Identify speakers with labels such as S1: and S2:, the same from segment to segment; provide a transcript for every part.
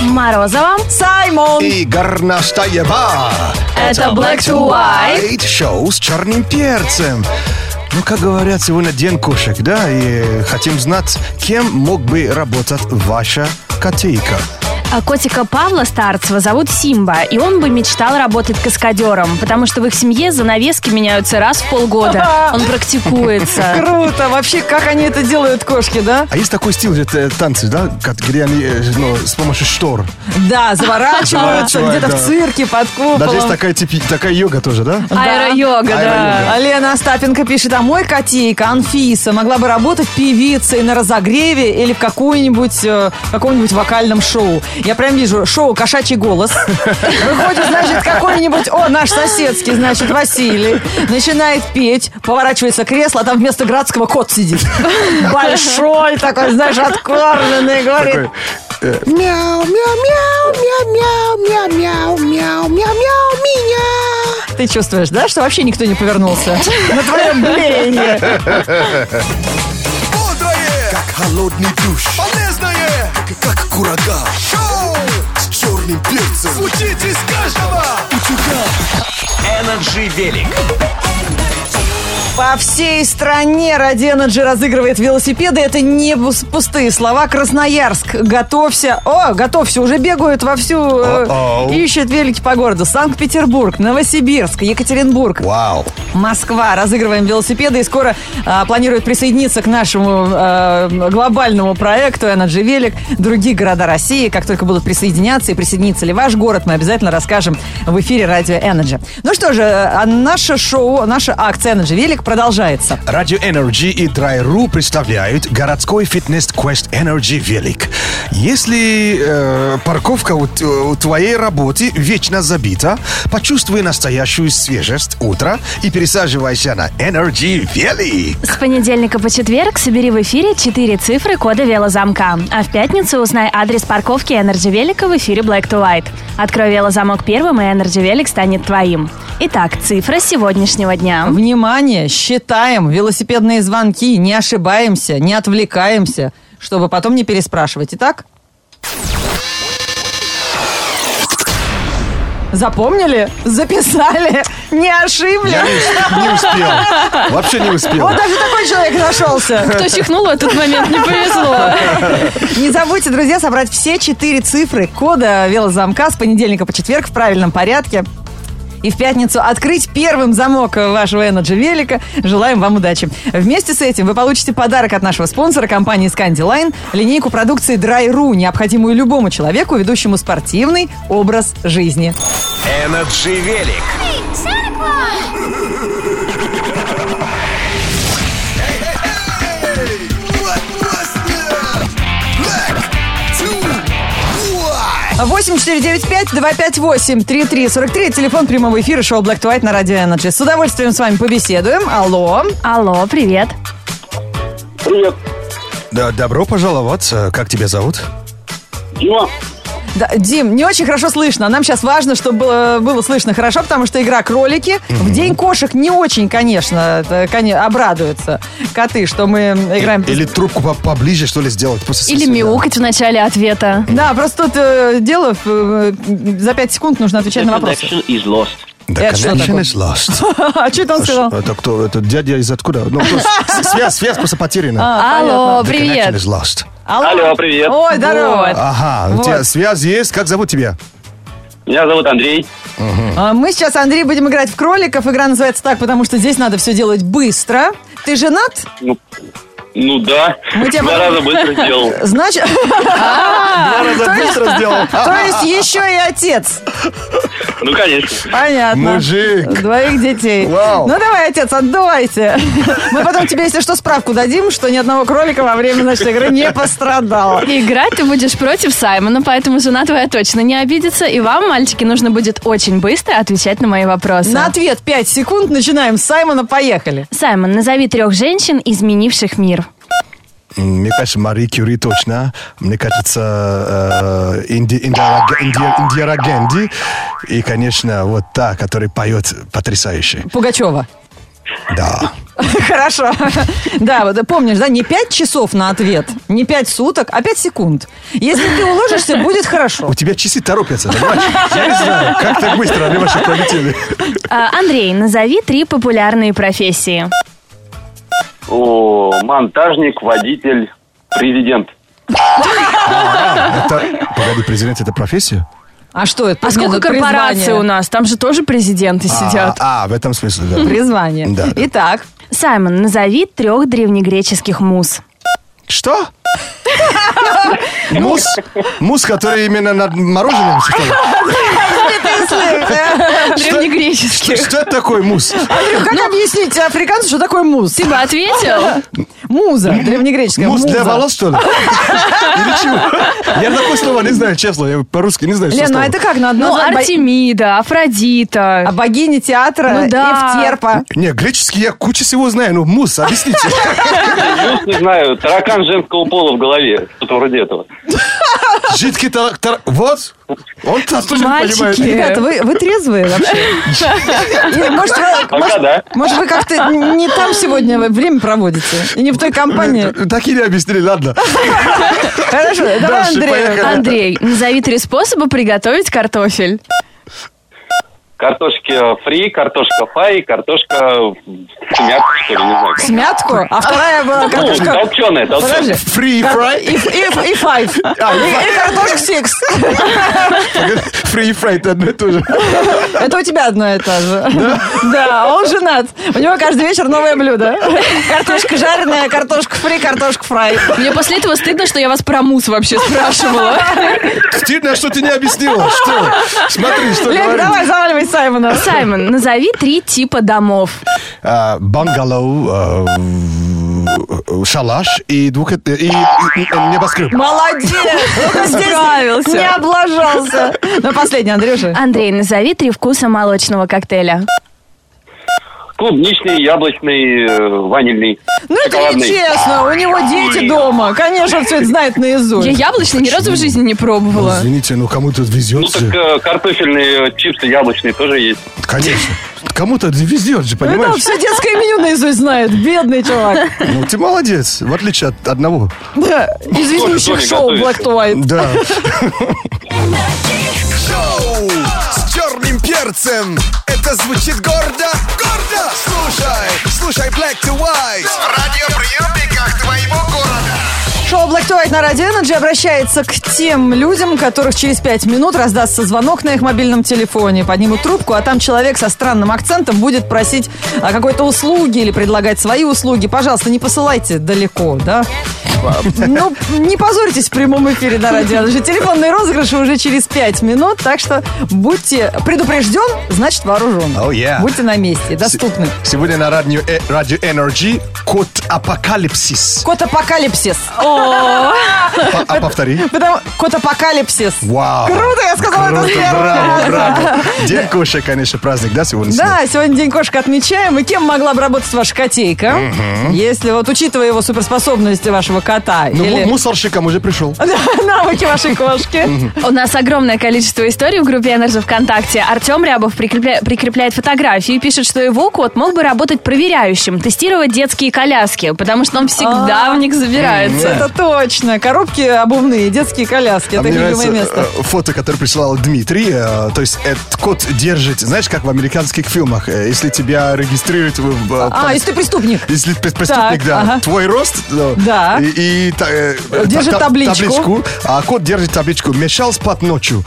S1: Морозова.
S2: Саймон.
S3: И Горностаева.
S1: Это Black to White.
S3: Эйт шоу с черным перцем. Ну, как говорят, сегодня день кошек, да? И хотим знать, кем мог бы работать ваша котейка.
S1: А Котика Павла Старцева зовут Симба, и он бы мечтал работать каскадером, потому что в их семье занавески меняются раз в полгода. Он практикуется.
S2: Круто. Вообще, как они это делают, кошки, да?
S3: А есть такой стиль где э, танцы, да, как- где они э, ну, с помощью штор.
S2: Да, заворачиваются
S3: Заворачивают,
S2: где-то
S3: да.
S2: в цирке под
S3: Даже есть
S2: куполом.
S3: такая, типи- такая йога тоже, да?
S1: Аэро-йога, да.
S3: Аэро-йога.
S2: А Лена Остапенко пишет, а мой котейка Анфиса могла бы работать певицей на разогреве или в какую-нибудь, э, каком-нибудь вокальном шоу. Я прям вижу шоу «Кошачий голос». Выходит, значит, какой-нибудь, о, наш соседский, значит, Василий, начинает петь, поворачивается кресло, а там вместо Градского кот сидит. Большой такой, знаешь, откормленный, говорит,
S3: Такой, э, Мяу, мяу, мяу, мяу, мяу, мяу, мяу, мяу, мяу, мяу, меня.
S2: ты чувствуешь, да, что вообще никто не повернулся на твоем блеянии.
S4: Бодрое, как холодный душ. Полезное, как курага. Шоу с черным перцем. Звучит из каждого утюга.
S5: Energy Велик.
S2: По всей стране Роденаджи разыгрывает велосипеды. Это не бус- пустые слова. Красноярск. Готовься. О, готовься. Уже бегают вовсю. э,
S3: О-оу.
S2: Ищут велики по городу. Санкт-Петербург, Новосибирск, Екатеринбург,
S3: Вау.
S2: Москва. Разыгрываем велосипеды. И скоро э, планируют присоединиться к нашему э, глобальному проекту Energy Велик. Другие города России. Как только будут присоединяться и присоединится ли ваш город, мы обязательно расскажем в эфире радио Energy. Ну что же, э, а наше шоу, наша акция Energy Велик продолжается.
S3: Радио Energy и Драйру представляют городской фитнес-квест Energy Велик. Если э, парковка у, т- у твоей работы вечно забита, почувствуй настоящую свежесть утра и пересаживайся на Energy Велик.
S1: С понедельника по четверг собери в эфире четыре цифры кода велозамка. А в пятницу узнай адрес парковки Energy Велика в эфире Black to White. Открой велозамок первым, и Energy Велик станет твоим. Итак, цифра сегодняшнего дня.
S2: Внимание, считаем велосипедные звонки, не ошибаемся, не отвлекаемся, чтобы потом не переспрашивать. Итак? Запомнили? Записали? Не ошиблись?
S3: Я не, усп- не успел. Вообще не успел.
S2: Вот даже такой человек нашелся.
S1: Кто чихнул в этот момент, не повезло.
S2: Не забудьте, друзья, собрать все четыре цифры кода велозамка с понедельника по четверг в правильном порядке. И в пятницу открыть первым замок вашего Energy велика. Желаем вам удачи. Вместе с этим вы получите подарок от нашего спонсора компании Scandiline, линейку продукции Dry.ru, необходимую любому человеку, ведущему спортивный образ жизни.
S5: Energy Велик.
S4: Black Master. Black to white.
S2: 8495-258-3343. Телефон прямого эфира шоу Black to White на радио Energy. С удовольствием с вами побеседуем. Алло.
S1: Алло, привет.
S6: Привет,
S3: Да, добро пожаловать. Э, Как тебя зовут?
S6: Дима.
S2: Да, Дим, не очень хорошо слышно. Нам сейчас важно, чтобы было, было слышно хорошо, потому что игра кролики. В день кошек не очень, конечно, это, коне- обрадуются коты, что мы играем.
S3: Или трубку по- поближе, что ли, сделать? Просто
S1: Или
S3: сюда.
S1: мяукать в начале ответа.
S2: Да, просто тут э, дело в, э, за 5 секунд нужно отвечать на вопросы.
S7: Connection is lost.
S3: The
S2: Это что такое?
S3: connection is lost.
S2: А что это он сказал?
S3: Это кто? Это дядя из откуда? Ну, кто- с- связь, связь просто
S2: А,
S3: потеряна.
S1: Алло,
S3: The connection
S1: привет.
S3: is lost.
S7: Алло, привет.
S2: Ой, здорово.
S3: А. Ага, у
S2: Вот.
S3: тебя связь есть. Как зовут тебя?
S7: Меня зовут Андрей.
S2: А, Мы сейчас, Андрей, будем играть в кроликов. Игра называется так, потому что здесь надо все делать быстро. Ты женат?
S7: Ну, ну да,
S2: Мы тебя
S7: два раза
S2: потом-
S7: быстро сделал.
S2: Значит,
S3: Два раза быстро сделал.
S2: то есть еще и отец.
S7: Ну, конечно.
S2: Понятно.
S3: Мужик.
S2: Двоих детей.
S3: Вау.
S2: Ну давай, отец, отдувайте. Мы потом тебе, если что, справку дадим, что ни одного кролика во время нашей игры не пострадало.
S1: Играть ты будешь против Саймона, поэтому жена твоя точно не обидится. И вам, мальчики, нужно будет очень быстро отвечать на мои вопросы.
S2: На ответ 5 секунд. Начинаем с Саймона. Поехали.
S1: Саймон, назови трех женщин, изменивших мир.
S3: М, Мне кажется, Мари Кюри точно. Мне кажется, э, Инди- Индира Г- Инди- Индира Гэнди. И, конечно, вот та, которая поет потрясающе.
S2: Пугачева.
S3: Да.
S2: Хорошо. Да, вот помнишь, да, не 5 часов на ответ, не 5 суток, а 5 секунд. Если ты уложишься, будет хорошо.
S3: У тебя часы торопятся, понимаешь? Я не знаю, как так быстро они вообще пролетели.
S1: А, Андрей, назови три популярные профессии.
S7: О, монтажник, водитель, президент.
S3: Это, погоди, президент, это профессия?
S2: А что это?
S8: А сколько
S2: Нет, это
S8: корпораций
S2: призвание.
S8: у нас? Там же тоже президенты сидят.
S3: А, а, в этом смысле, да.
S2: Призвание.
S3: Да, да.
S2: Итак,
S1: Саймон, назови трех древнегреческих муз.
S3: Что? Мус? Мус, который именно над мороженым? что ли? Что,
S2: Э,
S8: Древнегреческих.
S3: что это такое мус?
S2: как
S8: Ну,
S2: объяснить африканцу, что такое муз? Типа,
S8: Ты бы ответил?
S2: Муза, древнегреческая
S3: Мус для
S2: муза.
S3: волос, что ли? Или чего? Я такое слово не знаю, честно. Я по-русски не знаю, что
S2: Лен, ну а это как? Надо
S8: Ну,
S2: назвать бо-
S8: Артемида,
S2: А
S8: Афродита.
S2: богини театра
S8: Ну да.
S2: Евтерпа.
S3: Не, греческий я куча всего знаю, но мус, объясните.
S7: Плюс, не знаю, таракан женского пола в голове. Что-то вроде этого.
S3: Жидкий тар... тар- Вот, он тоже понимает.
S8: Мальчики.
S2: Ребята, вы, вы трезвые вообще? Или, может, вы,
S7: Пока
S2: может,
S7: да.
S2: может, вы как-то не там сегодня вы время проводите? И не в той компании?
S3: Так и не объяснили, ладно.
S2: Хорошо, давай
S3: Дальше,
S2: Андрей.
S3: поехали.
S8: Андрей, назови три способа приготовить картофель.
S7: Картошки фри, картошка фай, картошка в семятку, что ли, не знаю.
S2: Смятку, а вторая была
S7: Ну,
S2: картошка...
S7: толченая,
S2: Подожди.
S7: толченая.
S3: Free
S2: И,
S3: fry.
S2: и, и five.
S3: А,
S2: И,
S3: и
S2: и картошка six.
S3: Free fry, это одно и то же.
S2: Это у тебя одно и то же. Да, а он женат. У него каждый вечер новое блюдо. Картошка жареная, картошка фри, картошка фрай.
S8: Мне после этого стыдно, что я вас про мус вообще спрашивала.
S3: Стыдно, что ты не объяснила. Что? Смотри, что
S2: Лев,
S3: говорит.
S2: давай, заваливай Саймона.
S1: Саймон, назови три типа домов.
S3: А, Бангалоу, а, в- шалаш и двух... и- и небоскреб.
S2: Молодец! Ну-ка здесь Не облажался. Ну, последний, Андрюша.
S1: Андрей, назови три вкуса молочного коктейля.
S7: Клубничный, яблочный, э, ванильный.
S2: Ну, это
S7: шоколадный.
S2: нечестно. У него дети дома. Конечно, он все это знает
S8: Я
S2: наизусть.
S8: яблочный ни разу в жизни не пробовала.
S3: Извините, ну кому тут
S7: Ну,
S3: везет
S7: так
S3: же.
S7: э, картофельные э, чипсы яблочные тоже есть.
S3: Конечно. Кому-то везет же,
S2: Ну, это он
S3: понимаешь?
S2: все детское меню наизусть знает. Бедный чувак.
S3: Ну, ты молодец, в отличие от одного.
S2: Да, Из ведущих
S7: тоже
S2: шоу
S7: готовится.
S2: Black to White.
S3: Да.
S4: Шоу с черным перцем. Это звучит гордо. Гордо. Слушай, слушай Black to White. В радиоприемниках твоего города.
S2: Шоу Black to White на Радио Energy обращается к тем людям, которых через пять минут раздастся звонок на их мобильном телефоне. Поднимут трубку, а там человек со странным акцентом будет просить о какой-то услуги или предлагать свои услуги. Пожалуйста, не посылайте далеко, да? Ну, не позорьтесь в прямом эфире на Радио Energy. Телефонные розыгрыши уже через пять минут, так что будьте предупрежден, значит вооружен.
S3: Oh, yeah.
S2: Будьте на месте, доступны.
S3: Сегодня на радио, э, радио Energy код апокалипсис.
S2: Кот Апокалипсис.
S3: А, а повтори.
S2: Потому... Кот Апокалипсис.
S3: Вау.
S2: Круто, я сказала это
S3: Круто,
S2: первым.
S3: браво, браво. День кошек, конечно, праздник, да, сегодня?
S2: Да, сегодня день кошек отмечаем. И кем могла бы работать ваша котейка? Если вот, учитывая его суперспособности вашего кота
S3: Ну,
S2: или
S3: му- мусорщиком уже пришел.
S2: навыки вашей кошки.
S1: У нас огромное количество историй в группе Energy ВКонтакте. Артем Рябов прикрепля- прикрепляет фотографию и пишет, что его кот мог бы работать проверяющим, тестировать детские коляски, потому что он всегда в них забирается.
S2: Это точно. Коробки обувные, детские коляски. Это
S3: А мне
S2: их любимое
S3: нравится,
S2: место.
S3: э, фото, которое присылал Дмитрий. э, то есть этот кот держит, знаешь, как в американских фильмах, э, если тебя регистрируют... в- в- э,
S2: А,
S3: пос-
S2: если ты преступник.
S3: если ты преступник,
S2: Так,
S3: да,
S2: ага.
S3: твой рост, э,
S2: Да.
S3: и, и та- э,
S2: Держит
S3: та- та-
S2: табличку.
S3: табличку, а кот держит табличку. Мешал спать ночью.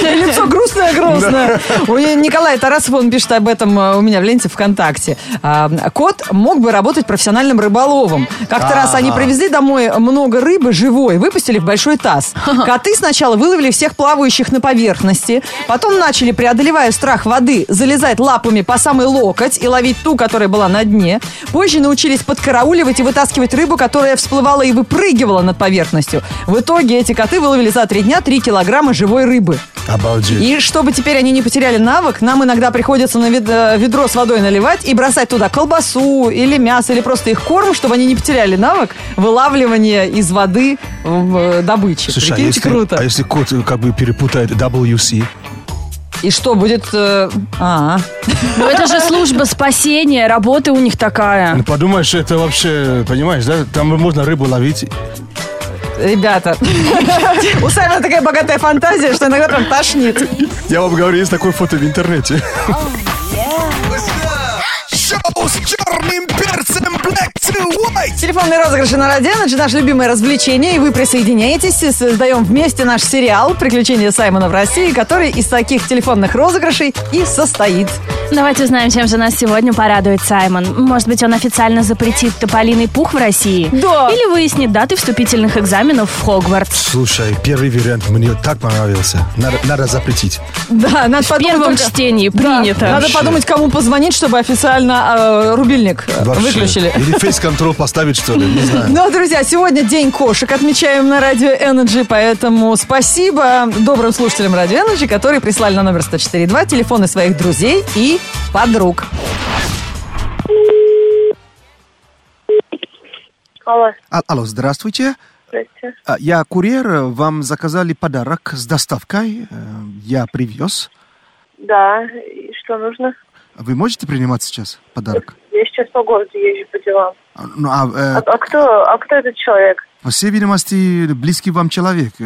S2: И лицо грустное-грустное. У Николая Тарасов, он пишет об этом э, у меня в ленте ВКонтакте. А, Кот мог бы работать профессиональным рыболовом. Как-то раз они привезли домой много рыбы живой, выпустили в большой таз. Коты сначала выловили всех плавающих на поверхности, потом начали, преодолевая страх воды, залезать лапами по самый локоть и ловить ту, которая была на дне. Позже научились подкарауливать и вытаскивать рыбу, которая всплывала и выпрыгивала над поверхностью. В итоге эти коты выловили за три дня 3 килограмма живой рыбы.
S3: Обалдеть.
S2: И чтобы теперь они не потеряли навык, нам иногда приходится на вед- э, ведро с водой наливать и бросать туда колбасу или мясо, или просто их корм, чтобы они не потеряли навык вылавливания из воды в э, добычи.
S3: Слушай, а
S2: Прикиньте,
S3: если,
S2: круто.
S3: а если кот э, как бы перепутает WC?
S2: И что, будет... э, а,
S1: Ну это же служба спасения, работа у них такая.
S2: А.
S9: Ну, подумаешь, это вообще, понимаешь, да? Там можно рыбу ловить.
S2: ребята, у Саймона такая богатая фантазия, что иногда прям тошнит.
S9: Я вам говорю, есть такое фото в интернете.
S4: Шоу с черным перцем Black to White.
S2: Телефонные розыгрыши на Радио Energy, наше любимое развлечение, и вы присоединяетесь, и создаем вместе наш сериал «Приключения Саймона в России», который из таких телефонных розыгрышей и состоит.
S1: Давайте узнаем, чем же нас сегодня порадует Саймон. Может быть, он официально запретит тополиный пух в России?
S2: Да.
S1: Или выяснит даты вступительных экзаменов в Хогвартс.
S9: Слушай, первый вариант мне так понравился. Надо, надо запретить.
S2: Да, надо
S1: В первом
S2: только-
S1: чтении
S2: Да,
S1: принято.
S2: Надо подумать, кому позвонить, чтобы официально э, рубильник э,
S9: Вообще.
S2: выключили.
S9: Или фейс-контроль поставить, что ли, не знаю.
S2: Ну, друзья, сегодня день кошек отмечаем на Радио Energy, поэтому спасибо добрым слушателям Радио Energy, которые прислали на номер 104.2 телефоны своих друзей и подруг.
S10: Алло,
S3: А- алло, здравствуйте.
S10: здрасте.
S3: А, Я курьер, э, вам заказали подарок с доставкой. э, Я привез.
S10: Да, и что нужно?
S3: Вы можете принимать сейчас подарок?
S10: Я сейчас по городу езжу по делам.
S3: А, Ну, а, э,
S10: А, а кто, а кто этот человек?
S3: по всей видимости, близкий вам человек. Э,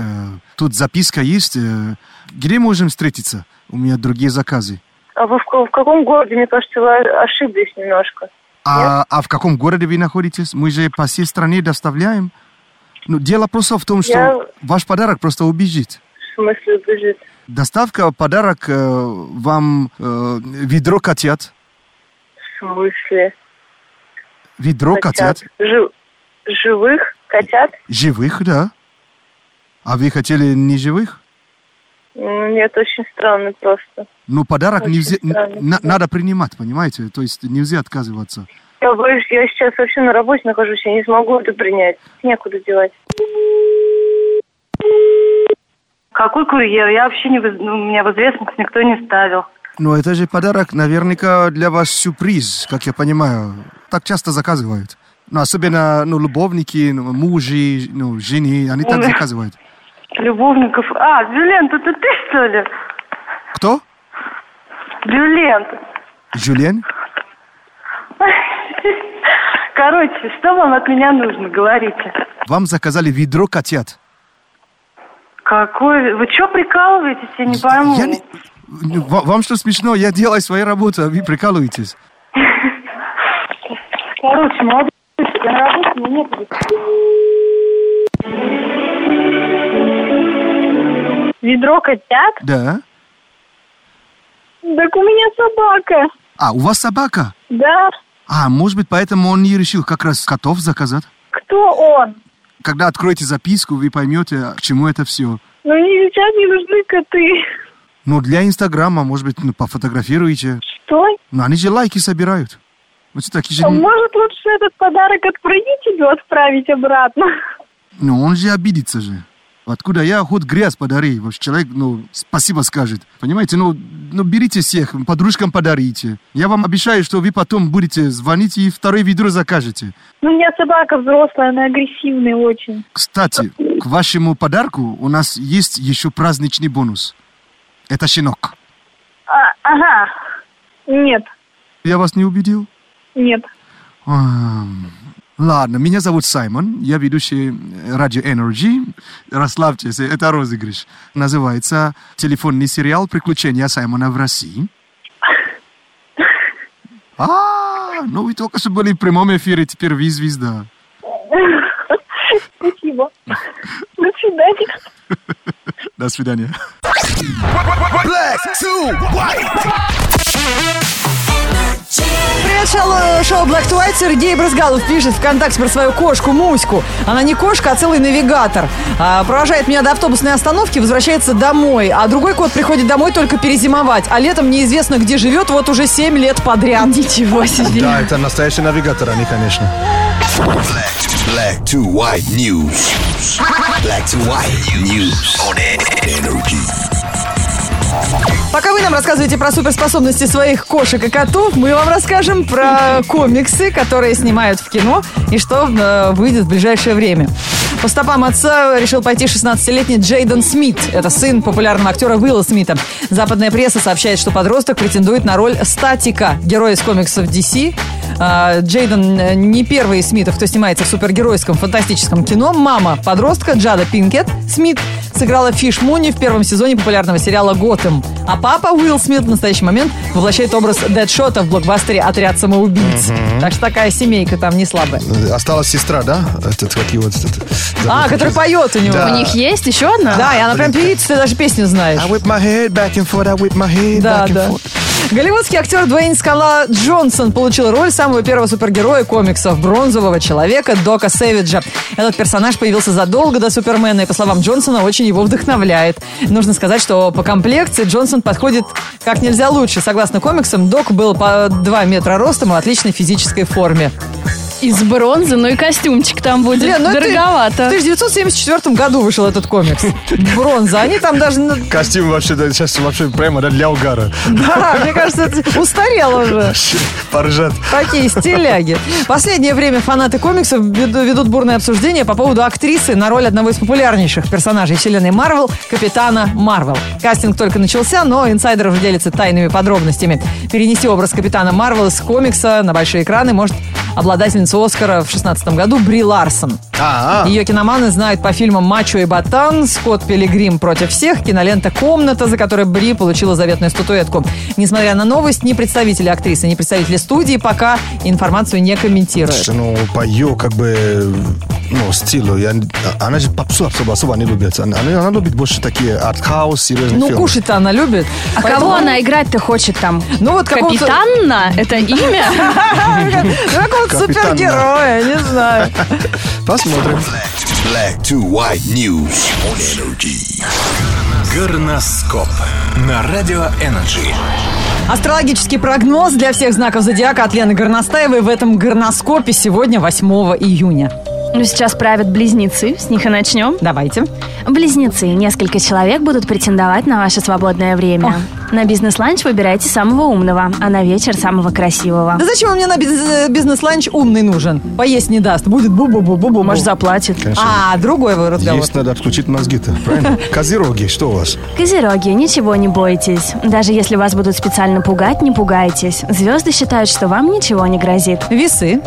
S3: Тут записка есть. э, Где можем встретиться? У меня другие заказы.
S10: А вы в, ка- в каком городе? Мне кажется, вы ошиблись немножко.
S3: А, а в каком городе вы находитесь? Мы же по всей стране доставляем. Ну, дело просто в том, что
S10: Я-
S3: ваш подарок просто убежит.
S10: В смысле бежит?
S3: Доставка, подарок, э, вам э, ведро котят.
S10: В смысле?
S3: Ведро Ну, котят.
S10: Жи- живых котят?
S3: Живых, да. А вы хотели не живых?
S10: Ну, Нет, очень странно просто.
S3: Ну, подарок
S10: Очень
S3: нельзя, н-
S10: странно.
S3: на- надо принимать, понимаете? То есть нельзя отказываться.
S10: Я боюсь, я сейчас вообще на работе нахожусь, я не смогу это принять. Некуда девать. Какой курьер? Я вообще не... меня в известность никто не ставил.
S3: Но Ну, это же подарок, наверняка, для вас сюрприз, как я понимаю. Так часто заказывают. Ну, особенно, ну, любовники, ну, мужи, ну, жены, они так
S10: Ой.
S3: заказывают.
S10: Любовников. А, Бюлент, это ты что ли?
S3: Кто?
S10: Бюлент.
S3: Жюльен?
S10: Короче, что вам от меня нужно, говорите.
S3: Вам заказали ведро котят.
S10: Какой... Вы что прикалываетесь, я не пойму.
S3: Я не- Ну, ва- Вам что смешно? Я делаю свою работу, а вы прикалываетесь.
S10: Короче, молодой человек, я на работе, мне некуда. Ведро котят?
S3: Да.
S10: Так у меня собака.
S3: А, у вас собака?
S10: Да.
S3: А, может быть, поэтому он и решил как раз котов заказать?
S10: Кто он?
S3: Когда откроете записку, вы поймете, к чему это все.
S10: Ну, мне сейчас не нужны коты.
S3: Ну, для Инстаграма, может быть, ну, пофотографируете.
S10: Что?
S3: Ну, они же лайки собирают. Вот все такие же...
S10: А Может, лучше этот подарок от родителю отправить обратно?
S3: Ну, он же обидится же. Откуда я, хоть грязь подари. Вообще человек, ну, спасибо скажет. Понимаете, ну, ну, берите всех, подружкам подарите. Я вам обещаю, что вы потом будете звонить и второе ведро закажете.
S10: Ну, у меня собака взрослая, она агрессивная очень.
S3: Кстати, к вашему подарку у нас есть еще праздничный бонус. Это щенок.
S10: А, ага. Нет,
S3: Я вас не убедил?
S10: нет.
S3: Ам, Ладно, меня зовут Саймон, я ведущий э, радио Energy. Расслабьтесь, э, это розыгрыш. Называется телефонный сериал «Приключения Саймона в России». А, ну вы только что были в прямом эфире, теперь вы звезда.
S10: Спасибо. До свидания.
S3: До свидания.
S4: Black to white.
S2: Привет, шоу, шоу Black to White. Сергей Брызгалов пишет ВКонтакте про свою кошку Муську. Она не кошка, а целый навигатор. А, провожает меня до автобусной остановки, возвращается домой. А другой кот приходит домой только перезимовать. А летом неизвестно, где живет, вот уже 7 лет подряд. Ничего себе.
S9: Да, это настоящий навигатор, они, конечно.
S4: Black to white news. Black to white news on energy.
S2: Пока вы нам рассказываете про суперспособности своих кошек и котов, мы вам расскажем про комиксы, которые снимают в кино и что э, выйдет в ближайшее время. По стопам отца решил пойти 16-летний Джейден Смит. Это сын популярного актера Уилла Смита. Западная пресса сообщает, что подросток претендует на роль статика, героя из комиксов DC. А, Джейден э, не первый из Смитов, кто снимается в супергеройском фантастическом кино. Мама подростка Джада Пинкет Смит сыграла Фиш Муни в первом сезоне популярного сериала «Готэм». А папа Уилл Смит в настоящий момент воплощает образ Дэдшота в блокбастере «Отряд самоубийц». Так что такая семейка там не слабая.
S9: Осталась сестра, да? Этот, как его, этот,
S2: А, который поет у него.
S9: Да.
S8: У них есть еще одна?
S2: Да, и она прям певица, ты даже песню знаешь.
S9: I whip my head back and forth, I whip my head
S2: Да,
S9: back and
S2: да.
S9: forth.
S2: Голливудский актер Дуэйн Скала Джонсон получил роль самого первого супергероя комиксов «Бронзового человека» Дока Сэвиджа. Этот персонаж появился задолго до Супермена и, по словам Джонсона, очень его вдохновляет. Нужно сказать, что по комплекции Джонсон подходит как нельзя лучше. Согласно комиксам, Док был по 2 метра ростом и в отличной физической форме.
S8: Из бронзы, ну и костюмчик там будет.
S2: Лен, ну это
S8: Дороговато.
S2: В 1974 году вышел этот комикс. Бронза. Они там даже... ну,
S9: Костюм вообще да, сейчас вообще прямо да, для угара.
S2: Да, мне кажется, это устарело уже.
S9: Поржат.
S2: Такие стиляги. Последнее время фанаты комиксов веду- ведут бурное обсуждение по поводу актрисы на роль одного из популярнейших персонажей вселенной Марвел, Капитана Марвел. Кастинг только начался, но инсайдер уже делится тайными подробностями. Перенести образ Капитана Марвел из комикса на большие экраны может обладательница Оскара в 16 году Бри Ларсон.
S9: А,
S2: Ее киноманы знают по фильмам «Мачо и Ботан», «Скотт Пилигрим против всех», кинолента «Комната», за которой Бри получила заветную статуэтку. Несмотря на новость, ни представители актрисы, ни представители студии пока информацию не комментируют.
S9: ну, по ее, как бы, ну, стилю. Я, она же попсу особо, особо не любит. Она, она любит больше такие арт-хаус, серьезные
S2: Ну,
S9: фильмы.
S2: кушать-то она любит.
S1: А кого она играть-то хочет там?
S2: Ну, вот какого-то-
S1: Капитанна? Это имя?
S2: Ну, какого-то
S9: Капитан,
S2: супергероя, не знаю.
S9: Посмотрим.
S4: Black to white news on energy.
S5: Горноскоп на радио Энерджи.
S2: Астрологический прогноз для всех знаков зодиака от Лены Горностаевой в этом горноскопе сегодня 8 июня.
S1: Ну, сейчас правят близнецы, с них и начнем.
S2: Давайте.
S1: Близнецы. Несколько человек будут претендовать на ваше свободное время. На бизнес-ланч выбирайте самого умного, а на вечер самого красивого.
S2: Да зачем он мне на биз- бизнес-ланч умный нужен? Поесть не даст. Будет бу-бу-бу-бу-бу.
S1: Может, заплатит.
S2: А, другой вы разговор.
S9: Есть надо отключить мозги-то, правильно? Козероги, что у вас?
S1: Козероги, ничего не бойтесь. Даже если вас будут специально пугать, не пугайтесь. Звезды считают, что вам ничего не грозит.
S2: Весы.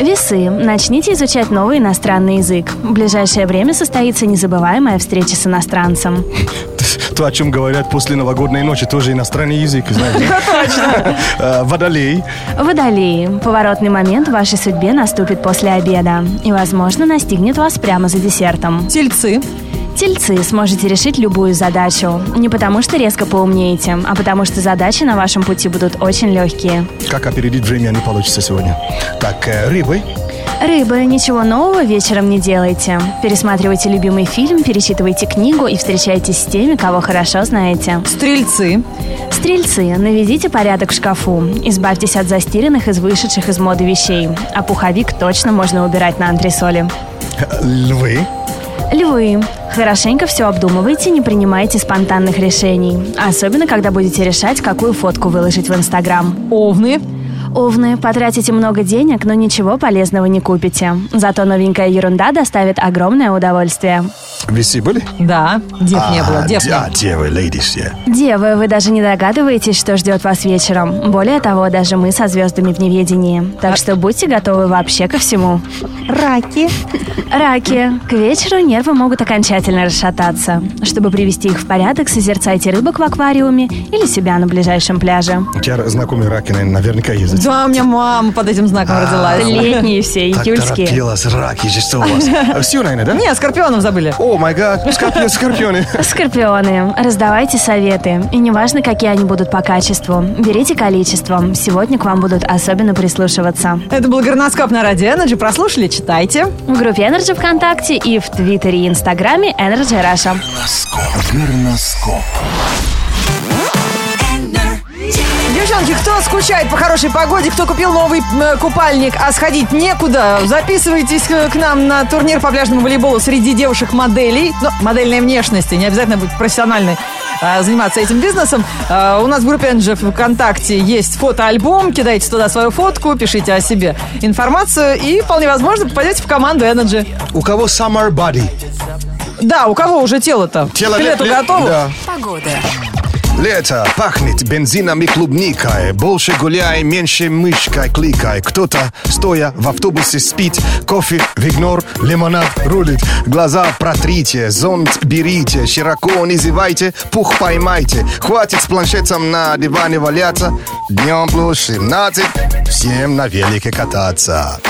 S1: Весы. Начните изучать новый иностранный язык. В ближайшее время состоится незабываемая встреча с иностранцем.
S9: То, о чем говорят после новогодней ночи, тоже иностранный язык, знаете. Э, Водолей.
S1: Водолеи. Поворотный момент в вашей судьбе наступит после обеда. И, возможно, настигнет вас прямо за десертом.
S2: Тельцы.
S1: Тельцы. Сможете решить любую задачу. Не потому что резко поумнеете, а потому что задачи на вашем пути будут очень легкие.
S9: Как опередить время не получится сегодня. Так, э, рыбы.
S1: Рыбы, ничего нового вечером не делайте. Пересматривайте любимый фильм, перечитывайте книгу и встречайтесь с теми, кого хорошо знаете.
S2: Стрельцы.
S1: Стрельцы, наведите порядок в шкафу. Избавьтесь от застиранных из вышедших из моды вещей. А пуховик точно можно убирать на антресоли.
S9: э, Львы.
S1: Львы, хорошенько все обдумывайте, не принимайте спонтанных решений. Особенно, когда будете решать, какую фотку выложить в Инстаграм.
S2: Овны.
S1: Овны, потратите много денег, но ничего полезного не купите. Зато новенькая ерунда доставит огромное удовольствие.
S9: Весы были?
S2: Да. Дев не было.
S9: А,
S2: Дев.
S9: де-
S2: не
S9: А, девы, ladies, yeah.
S1: Девы, вы даже не догадываетесь, что ждет вас вечером. Более того, даже мы со звездами в неведении. Так что будьте готовы вообще ко всему. Раки. Раки. К вечеру нервы могут окончательно расшататься. Чтобы привести их в порядок, созерцайте рыбок в аквариуме или себя на ближайшем пляже.
S9: У тебя знакомые раки, наверное, наверняка
S2: было.
S9: ездят.
S2: Да, у меня мама под этим знаком
S9: А,
S2: родилась.
S1: Летние все,
S9: Так
S1: июльские.
S9: торопилась, раки же, что у вас? А, Все, наверное, да?
S2: Не, скорпионов забыли.
S9: О, май гад, скорпионы, скорпионы.
S1: Скорпионы, раздавайте советы. И неважно, какие они будут по качеству. Берите количество. Сегодня к вам будут особенно прислушиваться.
S2: Это был горноскоп на радио Energy. Прослушали, читайте.
S1: В группе Energy ВКонтакте и в Твиттере и Инстаграме Energy Раша.
S2: Девчонки, кто скучает по хорошей погоде, кто купил новый м, купальник, а сходить некуда, записывайтесь э, к нам на турнир по пляжному волейболу среди девушек-моделей. Ну, модельной внешности, не обязательно быть профессиональной. а, заниматься этим бизнесом. А, У нас в группе NG ВКонтакте есть фотоальбом. Кидайте туда свою фотку, пишите о себе информацию и, вполне возможно, попадете в команду Energy.
S3: У кого summer body?
S2: Да, у кого уже тело-то? К лету готово?
S3: Да.
S11: Погода.
S3: Лето пахнет бензином и клубникой. Больше гуляй, меньше мышкой кликай. Кто-то, стоя в автобусе, спит. Кофе в игнор, лимонад рулит. Глаза протрите, зонт берите. Широко не зевайте, пух поймайте. Хватит с планшетом на диване валяться. Днем плюс 17, всем на велике кататься.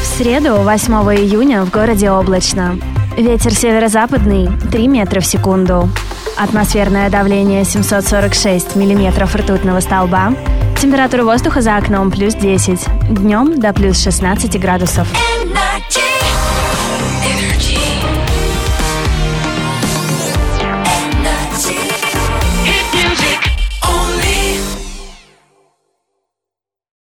S1: В среду, 8 июня, в городе облачно. Ветер северо-западный 3 метра в секунду. Атмосферное давление 746 миллиметров ртутного столба. Температура воздуха за окном плюс 10. Днем до плюс 16 градусов.